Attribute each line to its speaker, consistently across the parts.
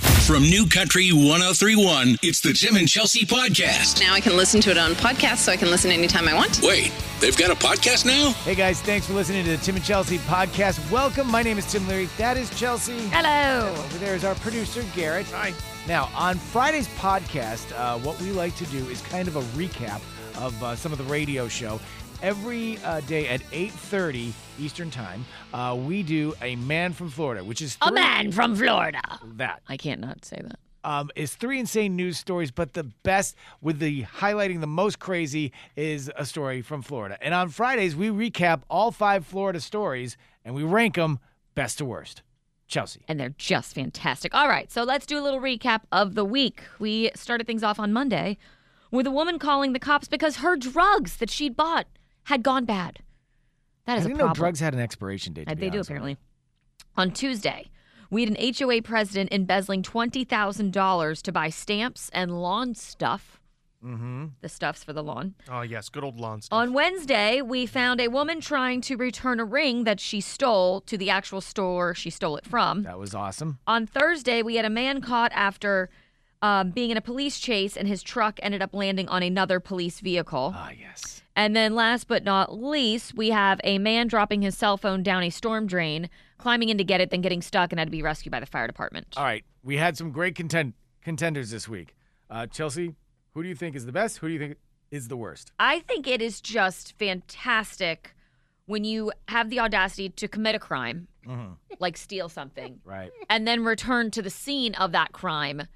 Speaker 1: From New Country 1031, it's the Tim and Chelsea Podcast.
Speaker 2: Now I can listen to it on podcast, so I can listen anytime I want.
Speaker 1: Wait, they've got a podcast now?
Speaker 3: Hey guys, thanks for listening to the Tim and Chelsea podcast. Welcome. My name is Tim Leary. That is Chelsea.
Speaker 2: Hello.
Speaker 3: Over there is our producer, Garrett.
Speaker 4: Hi.
Speaker 3: Now, on Friday's podcast, uh, what we like to do is kind of a recap of uh, some of the radio show. Every uh, day at 8.30 Eastern Time, uh, we do A Man from Florida, which is
Speaker 5: A
Speaker 3: three-
Speaker 5: man from Florida.
Speaker 3: that
Speaker 5: I can't not say that.
Speaker 3: um, is three insane news stories, but the best with the highlighting the most crazy is a story from Florida. And on Fridays, we recap all five Florida stories and we rank them best to worst. Chelsea.
Speaker 5: And they're just fantastic. All right, so let's do a little recap of the week. We started things off on Monday with a woman calling the cops because her drugs that she'd bought had gone bad. That
Speaker 3: I
Speaker 5: is a
Speaker 3: didn't know
Speaker 5: problem.
Speaker 3: drugs had an expiration date. to
Speaker 5: Uh,
Speaker 3: be
Speaker 5: they do
Speaker 3: honest with you.
Speaker 5: apparently. On Tuesday, we had an HOA president embezzling twenty thousand dollars to buy stamps and lawn stuff. Mm-hmm. The stuffs for the lawn.
Speaker 4: Oh yes, good old lawn stuff.
Speaker 5: On Wednesday, we found a woman trying to return a ring that she stole to the actual store she stole it from.
Speaker 3: That was awesome.
Speaker 5: On Thursday, we had a man caught after um, being in a police chase, and his truck ended up landing on another police vehicle.
Speaker 3: Ah, yes.
Speaker 5: And then, last but not least, we have a man dropping his cell phone down a storm drain, climbing in to get it, then getting stuck and had to be rescued by the fire department.
Speaker 3: All right. We had some great contend- contenders this week. Uh, Chelsea, who do you think is the best? Who do you think is the worst?
Speaker 5: I think it is just fantastic when you have the audacity to commit a crime,
Speaker 3: Mm-hmm.
Speaker 5: like steal something,
Speaker 3: Right.
Speaker 5: and then return to the scene of that crime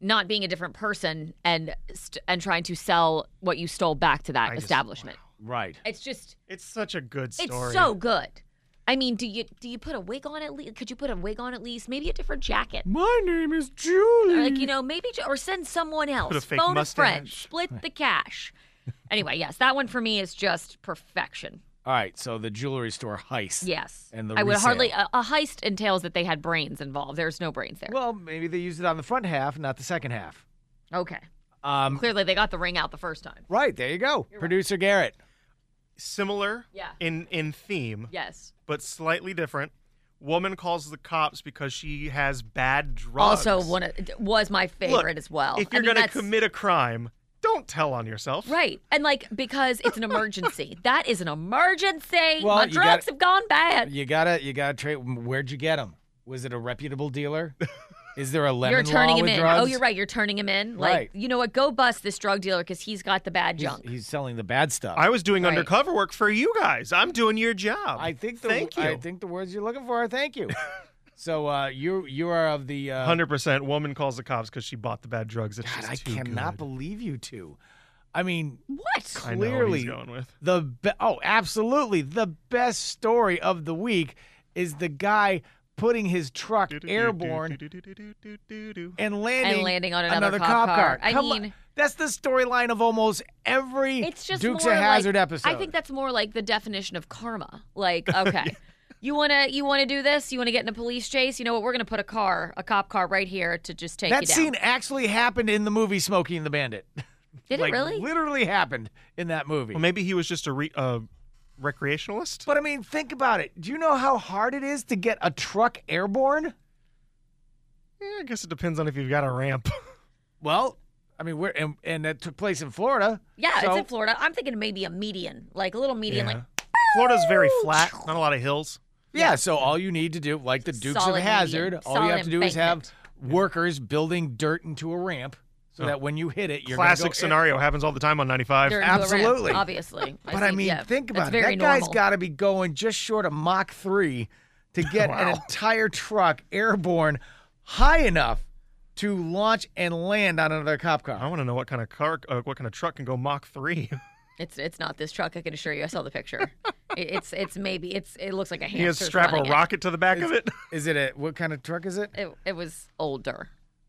Speaker 5: not being a different person and st- and trying to sell what you stole back to that
Speaker 4: I just-
Speaker 5: establishment.
Speaker 4: wow.
Speaker 3: Right.
Speaker 5: It's just
Speaker 4: It's such a good
Speaker 5: it's
Speaker 4: story.
Speaker 5: so good. I mean, do you do you put a wig on at least? Could you put a wig on at least? Maybe a different jacket.
Speaker 3: My name is
Speaker 5: Or
Speaker 3: Julie.
Speaker 5: like you know, maybe ju- or send someone else.
Speaker 4: a fake
Speaker 5: Phone a friend.
Speaker 4: mustache.
Speaker 5: Split the cash. anyway, yes, that one for me is just perfection.
Speaker 3: All right. So the jewelry store heist.
Speaker 5: Yes,
Speaker 3: And the
Speaker 5: I would
Speaker 3: resale.
Speaker 5: hardly a, a heist entails that they had brains involved. There's no brains there.
Speaker 3: Well, maybe they used it on the front half, not the second half.
Speaker 5: Okay,
Speaker 3: Um,
Speaker 5: clearly they got the ring out the first time.
Speaker 3: right there, you go. Producer Garrett.
Speaker 4: Similar
Speaker 5: Yeah.
Speaker 4: in in theme,
Speaker 5: Yes.
Speaker 4: but slightly different. Woman calls the cops because she has bad drugs.
Speaker 5: Also, one of, was my
Speaker 4: Look,
Speaker 5: favorite as well.
Speaker 4: If
Speaker 5: I
Speaker 4: you're
Speaker 5: mean,
Speaker 4: gonna
Speaker 5: that's-
Speaker 4: commit a crime, don't tell on yourself.
Speaker 5: Right. And like because it's an emergency. that is an emergency.
Speaker 3: Well,
Speaker 5: My
Speaker 3: you
Speaker 5: drugs
Speaker 3: gotta-
Speaker 5: have gone bad.
Speaker 3: You gotta, you gotta trade. Where'd you get them? Was it a reputable dealer? Is there a lemon
Speaker 5: You're turning
Speaker 3: law
Speaker 5: him
Speaker 3: with
Speaker 5: in.
Speaker 3: drugs?
Speaker 5: Oh, you're right. You're turning him in. Like,
Speaker 3: Right.
Speaker 5: you know what? Go bust this drug dealer because he's got the bad
Speaker 3: He's,
Speaker 5: junk.
Speaker 3: he's selling the bad stuff.
Speaker 4: I was doing
Speaker 5: Right.
Speaker 4: undercover work for you guys. I'm doing your job.
Speaker 3: I think the
Speaker 4: Thank you.
Speaker 3: I think the words you're looking for are thank you. so uh, you you are of the uh,
Speaker 4: Hundred percent. Woman calls the cops because she bought the bad drugs. It's
Speaker 3: God,
Speaker 4: just
Speaker 3: I
Speaker 4: too
Speaker 3: cannot
Speaker 4: good.
Speaker 3: believe you two. I mean,
Speaker 5: what?
Speaker 4: I know what he's
Speaker 3: clearly
Speaker 4: going with.
Speaker 3: the be- oh absolutely the best story of the week is the guy putting his truck airborne and landing
Speaker 5: And landing on another cop car. I
Speaker 3: Come
Speaker 5: mean-
Speaker 3: on. that's the storyline of almost every
Speaker 5: It's just
Speaker 3: Dukes
Speaker 5: more
Speaker 3: of Hazard
Speaker 5: like,
Speaker 3: episode.
Speaker 5: I think that's more like the definition of karma. Like, okay. You wanna you wanna do this? You wanna get in a police chase? You know what? We're gonna put a car, a cop car, right here to just take
Speaker 3: that
Speaker 5: you down.
Speaker 3: scene actually happened in the movie Smokey and the Bandit.
Speaker 5: Did
Speaker 3: like,
Speaker 5: it really?
Speaker 3: Literally happened in that movie.
Speaker 4: Well, maybe he was just a re- uh, recreationalist.
Speaker 3: but I mean, think about it. Do you know how hard it is to get a truck airborne?
Speaker 4: Yeah, I guess it depends on if you've got a ramp.
Speaker 3: Well, I mean, we're and, and that took place in Florida.
Speaker 5: Yeah,
Speaker 3: so,
Speaker 5: it's in Florida. I'm thinking maybe a median, like a little median, like
Speaker 4: Florida's very flat, not a lot of hills.
Speaker 3: Yeah, so all you need to do, like the Dukes
Speaker 5: Solid
Speaker 3: of
Speaker 5: median,
Speaker 3: Hazard, all you
Speaker 5: solid
Speaker 3: have to do is have
Speaker 5: embankment.
Speaker 3: workers building dirt into a ramp so
Speaker 4: Oh.
Speaker 3: that when you hit it, you're gonna
Speaker 4: Classic
Speaker 3: go- eh.
Speaker 4: scenario happens all the time on 95.
Speaker 5: during Durham,
Speaker 3: absolutely.
Speaker 5: obviously.
Speaker 3: But I
Speaker 5: see,
Speaker 3: mean,
Speaker 5: yeah,
Speaker 3: think
Speaker 5: that's
Speaker 3: about it.
Speaker 5: very
Speaker 3: That guy's
Speaker 5: normal.
Speaker 3: got to be going just short of Mach 3 to get an entire truck airborne high enough to launch and land on another cop
Speaker 4: I
Speaker 3: car.
Speaker 4: want to know what kind of car, uh, what kind of truck can go Mach 3.
Speaker 5: It's it's not this truck. I can assure you. I saw the picture. it, it's it's maybe it's it looks like a
Speaker 4: he
Speaker 5: hamster.
Speaker 4: has strap a
Speaker 5: running it.
Speaker 4: rocket to the back of it.
Speaker 3: Is it a what kind of truck is it?
Speaker 5: It, it was older.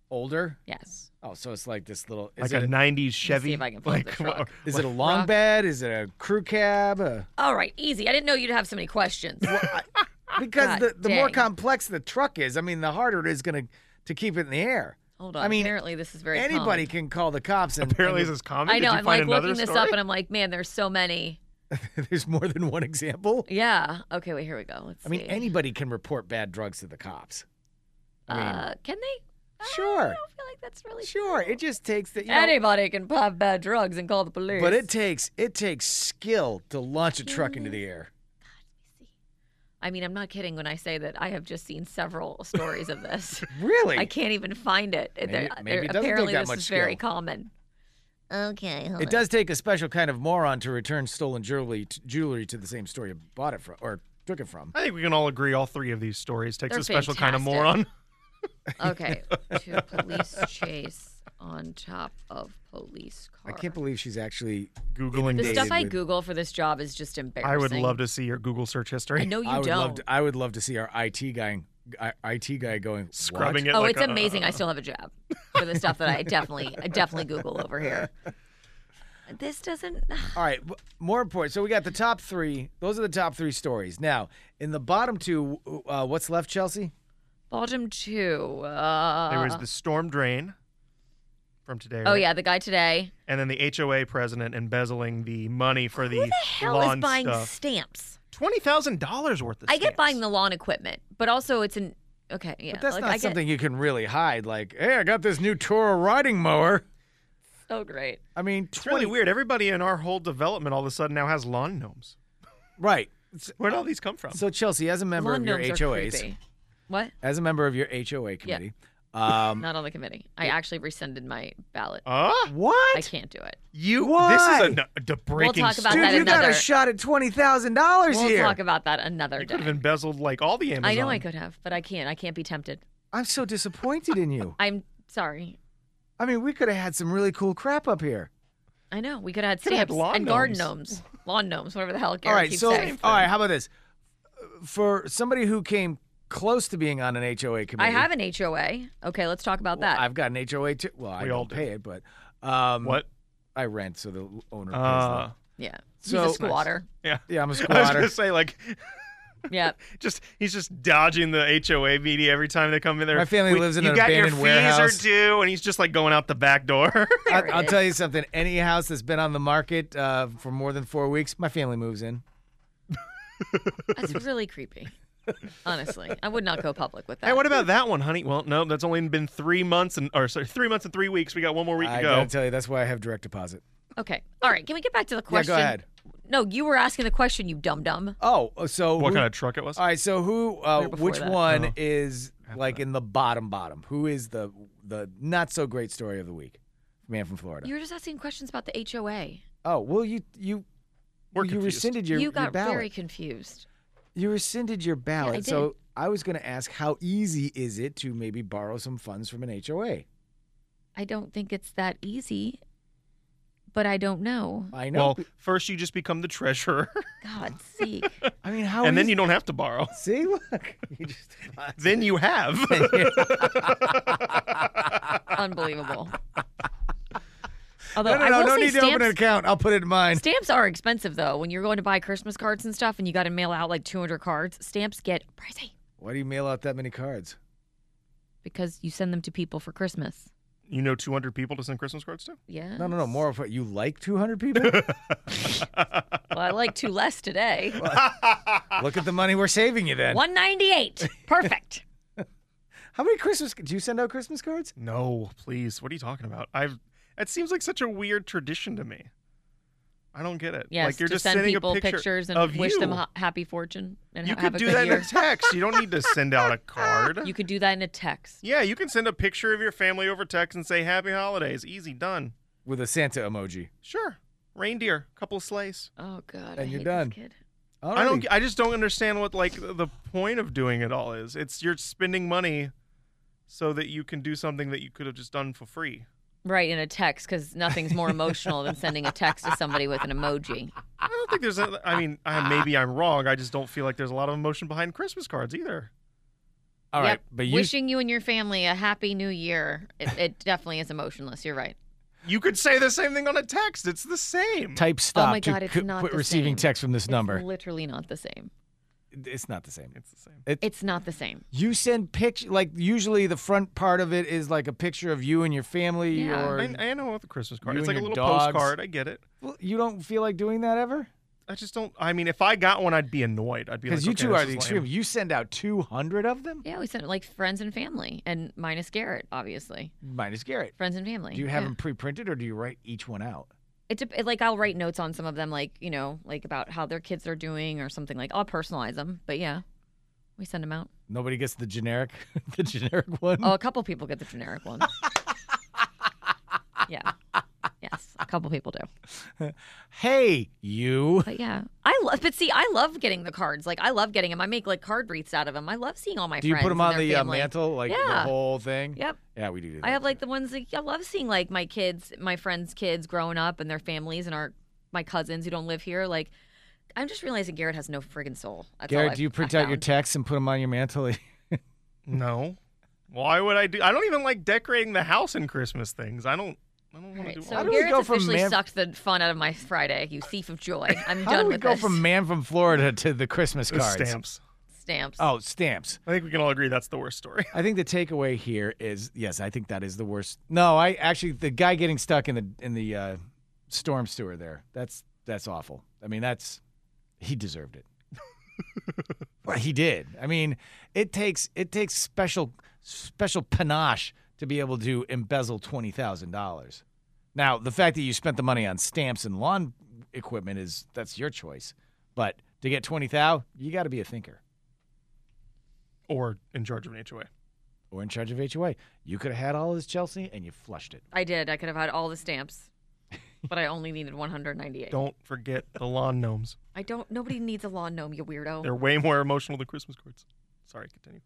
Speaker 3: Older?
Speaker 5: Yes.
Speaker 3: Oh, so it's like this little is
Speaker 4: Like
Speaker 3: it
Speaker 4: a 90s Chevy.
Speaker 5: if I can find
Speaker 4: like,
Speaker 5: the truck.
Speaker 4: what-
Speaker 3: is it a long
Speaker 5: rock-
Speaker 3: bed? Is it a crew cab? Uh, A-
Speaker 5: All right, easy. I didn't know you'd have so many questions.
Speaker 3: because
Speaker 5: God
Speaker 3: the, the more
Speaker 5: dang.
Speaker 3: complex the truck is, I mean, the harder it is going to to keep it in the air.
Speaker 5: Hold on.
Speaker 3: I mean,
Speaker 5: apparently this is very
Speaker 3: Anybody
Speaker 5: common.
Speaker 3: can call the cops. And,
Speaker 4: apparently
Speaker 3: and
Speaker 4: this is common.
Speaker 5: I know.
Speaker 4: Did you
Speaker 5: I'm
Speaker 4: find
Speaker 5: like
Speaker 4: another
Speaker 5: looking this
Speaker 4: story?
Speaker 5: up, and I'm like, man, there's so many.
Speaker 3: there's more than one example.
Speaker 5: Yeah. Okay. Wait. Here we go. Let's
Speaker 3: I mean,
Speaker 5: see.
Speaker 3: anybody can report bad drugs to the cops. I mean,
Speaker 5: uh, can they? I
Speaker 3: Sure.
Speaker 5: don't feel like that's really
Speaker 3: Sure. It just takes the you know,
Speaker 5: Anybody can pop bad drugs and call the police.
Speaker 3: But it takes it takes skill to launch a truck into the air.
Speaker 5: I mean, I'm not kidding when I say that I have just seen several stories of this.
Speaker 3: Really?
Speaker 5: I can't even find it. Maybe,
Speaker 3: maybe it doesn't take
Speaker 5: apparently,
Speaker 3: that
Speaker 5: this
Speaker 3: much
Speaker 5: is very
Speaker 3: skill.
Speaker 5: common. Okay, hold
Speaker 3: It does take a special kind of moron to return stolen jewelry to, jewelry to the same store you bought it from or took it from.
Speaker 4: I think we can all agree all three of these stories takes
Speaker 5: They're
Speaker 4: a special kind of
Speaker 5: fantastic.
Speaker 4: moron.
Speaker 5: Okay, to police chase on top of police car.
Speaker 3: I can't believe she's actually
Speaker 4: Googling
Speaker 5: the
Speaker 3: inundated
Speaker 5: stuff I
Speaker 3: with-
Speaker 5: Google for this job is just embarrassing.
Speaker 4: I would love to see your Google search history.
Speaker 5: I know you
Speaker 3: I would
Speaker 5: don't.
Speaker 3: love to, I would love to see our IT guy I- IT guy going "What?"
Speaker 4: Scrubbing it.
Speaker 5: Oh,
Speaker 4: like
Speaker 5: it's
Speaker 4: a-
Speaker 3: uh,
Speaker 5: amazing. I still have a job for the stuff that I definitely, I definitely Google over here. This doesn't.
Speaker 3: All right, w- more important. So we got the top 3. Those are the top 3 stories. Now, in the bottom two, uh, what's left, Chelsea?
Speaker 5: Bottom two. Uh,
Speaker 4: There was the storm drain from today.
Speaker 5: oh
Speaker 4: right?
Speaker 5: yeah, the guy today.
Speaker 4: And then the HOA president embezzling the money for the
Speaker 5: Who the hell
Speaker 4: lawn
Speaker 5: is buying
Speaker 4: stuff.
Speaker 5: stamps?
Speaker 4: Twenty thousand dollars worth of.
Speaker 5: I get
Speaker 4: stamps.
Speaker 5: buying the lawn equipment, but also it's an okay. Yeah,
Speaker 3: But that's
Speaker 5: like,
Speaker 3: not
Speaker 5: I get-
Speaker 3: something you can really hide like, "Hey, I got this new Toro riding mower."
Speaker 5: so great.
Speaker 3: I mean,
Speaker 4: It's really
Speaker 3: 20
Speaker 4: weird. Everybody in our whole development all of a sudden now has lawn gnomes.
Speaker 3: Right.
Speaker 4: Where would all these come from?
Speaker 3: So Chelsea, as a member
Speaker 5: lawn
Speaker 3: of your
Speaker 5: gnomes are
Speaker 3: HOAs,
Speaker 5: creepy. What?
Speaker 3: as a member of your HOA committee, um,
Speaker 5: Not on the committee. I actually rescinded my ballot.
Speaker 4: uh,
Speaker 5: I
Speaker 3: what?
Speaker 5: can't do it.
Speaker 4: you.
Speaker 3: Why?
Speaker 4: This is a, a breaking
Speaker 5: talk about
Speaker 4: story.
Speaker 3: Dude,
Speaker 5: that
Speaker 3: you got
Speaker 5: another-
Speaker 3: a shot at twenty thousand dollars
Speaker 5: We'll
Speaker 3: here.
Speaker 5: talk about that another
Speaker 4: You
Speaker 5: day.
Speaker 4: could have embezzled like all the Amazon.
Speaker 5: I know I could have, but I can't. I can't be tempted.
Speaker 3: I'm so disappointed in you.
Speaker 5: I'm sorry.
Speaker 3: I mean, we could have had some really cool crap up here.
Speaker 5: I know we could have had
Speaker 4: Could have had
Speaker 5: stamps
Speaker 4: lawn
Speaker 5: and garden
Speaker 4: gnomes.
Speaker 5: gnomes, lawn gnomes, whatever the hell. Garrett
Speaker 3: all right,
Speaker 5: keeps
Speaker 3: so
Speaker 5: saying.
Speaker 3: all right, how about this? For somebody who came close to being on an HOA committee,
Speaker 5: I have an HOA. Okay, let's talk about
Speaker 3: Well,
Speaker 5: that.
Speaker 3: I've got an HOA too. Well, I
Speaker 4: We
Speaker 3: don't
Speaker 4: all do.
Speaker 3: pay it, but um,
Speaker 4: What?
Speaker 3: I rent, so the owner pays.
Speaker 4: Uh,
Speaker 5: yeah,
Speaker 3: so-
Speaker 5: he's a
Speaker 3: That's nice.
Speaker 5: squatter.
Speaker 4: yeah.
Speaker 3: the, yeah, I'm a
Speaker 4: I was
Speaker 3: squatter.
Speaker 4: gonna say like,
Speaker 5: Yeah,
Speaker 4: just he's just dodging the HOA media every time they come in there.
Speaker 3: My family lives in
Speaker 4: you
Speaker 3: an
Speaker 4: got your
Speaker 3: abandoned
Speaker 4: fees
Speaker 3: warehouse."
Speaker 4: are due, and he's just like going out the back door.
Speaker 3: I,
Speaker 5: There it
Speaker 3: I'll
Speaker 5: is.
Speaker 3: tell you something. Any house that's been on the market uh, for more than four weeks, my family moves in.
Speaker 5: that's really creepy. Honestly, I would not go public with that.
Speaker 4: Hey, what about that one, honey? Well, no, that's only been three months and or sorry, three months and three weeks. We got one more week
Speaker 3: I
Speaker 4: to
Speaker 3: gotta
Speaker 4: go.
Speaker 3: tell you, that's why I have direct deposit.
Speaker 5: Okay. All right. Can we get back to the question?
Speaker 3: ahead.
Speaker 5: No, you were asking the question, you dum dum.
Speaker 3: Oh, uh, so
Speaker 4: what
Speaker 3: who-
Speaker 4: kind of truck it was?
Speaker 3: All right, so who? Uh,
Speaker 5: We were before
Speaker 3: which
Speaker 5: that.
Speaker 3: one
Speaker 4: Oh.
Speaker 3: is like in the bottom bottom? Who is the the not so great story of the week? Man from Florida.
Speaker 5: You were just asking questions about the HOA.
Speaker 3: oh well, you you
Speaker 4: We're
Speaker 3: you
Speaker 4: confused.
Speaker 3: rescinded your,
Speaker 5: you
Speaker 3: your
Speaker 5: got
Speaker 3: ballot.
Speaker 5: very confused.
Speaker 3: you rescinded your ballot.
Speaker 5: did.
Speaker 3: So I was going to ask, how easy is it to maybe borrow some funds from an HOA?
Speaker 5: I don't think it's that easy, but I don't know.
Speaker 3: I know.
Speaker 4: Well, first you just become the treasurer,
Speaker 5: God, see.
Speaker 3: I mean, how?
Speaker 4: and then
Speaker 3: easy-
Speaker 4: you don't have to borrow.
Speaker 3: see. Look, you just. uh,
Speaker 4: Then you have.
Speaker 5: Unbelievable. Although
Speaker 3: No, no,
Speaker 5: I
Speaker 3: no,
Speaker 5: will
Speaker 3: no
Speaker 5: say
Speaker 3: need to open an
Speaker 5: stamps,
Speaker 3: account. I'll put it in mine.
Speaker 5: stamps are expensive, though. When you're going to buy Christmas cards and stuff and you got to mail out like 200 cards, stamps get pricey
Speaker 3: Why do you mail out that many cards?
Speaker 5: because you send them to people for Christmas.
Speaker 4: you know, two hundred people to send Christmas cards to.
Speaker 5: Yeah.
Speaker 3: No, no, no. More of what you like 200 people?
Speaker 5: Well, I like two less today.
Speaker 3: Look at the money we're saving you then.
Speaker 5: 198. Perfect.
Speaker 3: How many Christmas do you send out Christmas cards?
Speaker 4: No, please. What are you talking about? I've. It seems like such a weird tradition to me. I don't get it.
Speaker 5: Yes,
Speaker 4: like you're
Speaker 5: to
Speaker 4: just
Speaker 5: send
Speaker 4: sending
Speaker 5: people
Speaker 4: a picture
Speaker 5: pictures and
Speaker 4: of
Speaker 5: wish
Speaker 4: you.
Speaker 5: them ha- happy fortune and
Speaker 4: you
Speaker 5: ha- have
Speaker 4: could
Speaker 5: a
Speaker 4: do
Speaker 5: good
Speaker 4: that
Speaker 5: year.
Speaker 4: in a text. You don't need to send out a card.
Speaker 5: you could do that in a text.
Speaker 4: yeah, you can send a picture of your family over text and say "Happy Holidays." Easy done.
Speaker 3: With a Santa emoji.
Speaker 4: Sure, reindeer, couple of sleighs.
Speaker 5: Oh God, I
Speaker 3: And you're
Speaker 5: hate
Speaker 3: done.
Speaker 5: This kid.
Speaker 4: I don't.
Speaker 3: Alrighty.
Speaker 4: I just don't understand what like the point of doing it all is. It's you're spending money so that you can do something that you could have just done for free.
Speaker 5: Right in a text because nothing's more emotional than sending a text to somebody with an emoji.
Speaker 4: I don't think there's. A, I mean, I, maybe I'm wrong. I just don't feel like there's a lot of emotion behind Christmas cards either.
Speaker 3: All right,
Speaker 5: Yep.
Speaker 3: but you
Speaker 5: wishing you and your family a happy new year. It, it definitely is emotionless. You're right.
Speaker 4: You could say the same thing on a text. It's the same.
Speaker 3: type stop
Speaker 5: Oh my God,
Speaker 3: to
Speaker 5: it's
Speaker 3: qu-
Speaker 5: not
Speaker 3: quit
Speaker 5: the
Speaker 3: receiving
Speaker 5: same.
Speaker 3: texts from this
Speaker 5: It's
Speaker 3: number.
Speaker 5: literally not the same.
Speaker 3: it's not the same.
Speaker 4: It's the same.
Speaker 5: It's not the same.
Speaker 3: You send picture like usually the front part of it is like a picture of you and your family
Speaker 5: Yeah.
Speaker 3: or
Speaker 4: I, I know what the Christmas card.
Speaker 3: You
Speaker 4: it's
Speaker 3: and
Speaker 4: like a
Speaker 3: your
Speaker 4: little
Speaker 3: dogs.
Speaker 4: postcard. I get it.
Speaker 3: Well, you don't feel like doing that ever?
Speaker 4: I just don't. I mean, if I got one, I'd be annoyed. I'd be like,
Speaker 3: Because you
Speaker 4: "Okay,
Speaker 3: two
Speaker 4: this
Speaker 3: are
Speaker 4: is
Speaker 3: the
Speaker 4: lame."
Speaker 3: extreme. You send out 200 of them?
Speaker 5: Yeah, we sent like friends and family, and minus Garrett, obviously.
Speaker 3: Minus Garrett.
Speaker 5: Friends and family.
Speaker 3: Do you have
Speaker 5: yeah.
Speaker 3: them pre printed or do you write each one out?
Speaker 5: It, dep- it like I'll write notes on some of them, like you know, like about how their kids are doing or something. Like I'll personalize them, but yeah, we send them out.
Speaker 3: Nobody gets the generic, the generic one.
Speaker 5: Oh, a couple people get the generic one. yeah, yes, a couple people do.
Speaker 3: Hey, you.
Speaker 5: But yeah, I love. But see, I love getting the cards. Like I love getting them. I make like card wreaths out of them. I love seeing all my.
Speaker 3: Do you
Speaker 5: friends
Speaker 3: put them
Speaker 5: and
Speaker 3: on
Speaker 5: their
Speaker 3: the uh,
Speaker 5: family.
Speaker 3: mantle, like the
Speaker 5: Yeah.
Speaker 3: whole thing?
Speaker 5: Yep.
Speaker 3: Yeah, we do. do that.
Speaker 5: I have like the ones like I love seeing like my kids, my friends' kids growing up and their families and our my cousins who don't live here. Like I'm just realizing Garrett has no friggin' soul. That's all
Speaker 3: Garrett,
Speaker 5: I've-
Speaker 3: do you print
Speaker 5: I
Speaker 3: out your
Speaker 5: found.
Speaker 3: texts and put them on your mantle?
Speaker 4: No. Why would I do? I don't even like decorating the house in Christmas things. I don't. I don't
Speaker 5: All
Speaker 4: want to
Speaker 5: right,
Speaker 4: do
Speaker 5: so
Speaker 4: all
Speaker 3: do
Speaker 4: that.
Speaker 3: we go
Speaker 5: Garrett's
Speaker 3: from
Speaker 5: officially
Speaker 3: man-
Speaker 5: sucked the fun out of my Friday. You thief of joy. I'm
Speaker 3: How
Speaker 5: done
Speaker 3: do we
Speaker 5: with
Speaker 3: go
Speaker 5: this.
Speaker 3: from man from Florida to the Christmas
Speaker 4: Those
Speaker 3: cards?
Speaker 4: stamps.
Speaker 5: stamps.
Speaker 3: Oh, stamps.
Speaker 4: I think we can all agree that's the worst story.
Speaker 3: I think the takeaway here is yes, I think that is the worst. No, I actually the guy getting stuck in the in the uh, storm sewer there. That's that's awful. I mean, that's he deserved it. Well, he did. I mean, it takes it takes special special panache to be able to embezzle twenty thousand dollars. Now, the fact that you spent the money on stamps and lawn equipment is that's your choice, but to get twenty thousand, you got to be a thinker.
Speaker 4: Or in charge of an HOA.
Speaker 3: or in charge of HOA. You could have had all his Chelsea and you flushed it.
Speaker 5: I did. I could have had all the stamps, but I only needed 198.
Speaker 4: Don't forget the lawn gnomes.
Speaker 5: I don't. Nobody needs a lawn gnome, you weirdo.
Speaker 4: They're way more emotional than Christmas cards. Sorry, continue.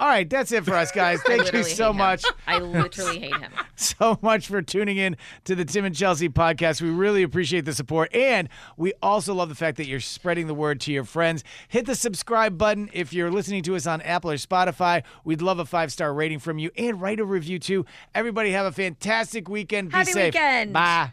Speaker 3: All right, that's it for us guys.
Speaker 5: I
Speaker 3: Thank you
Speaker 5: literally hate
Speaker 3: so
Speaker 5: him.
Speaker 3: much.
Speaker 5: I literally hate him.
Speaker 3: So much for tuning in to the Tim and Chelsea podcast. We really appreciate the support. And we also love the fact that you're spreading the word to your friends. Hit the subscribe button if you're listening to us on Apple or Spotify. We'd love a five star rating from you and write a review too. Everybody have a fantastic weekend. Be
Speaker 5: Happy
Speaker 3: safe.
Speaker 5: weekend.
Speaker 3: Bye.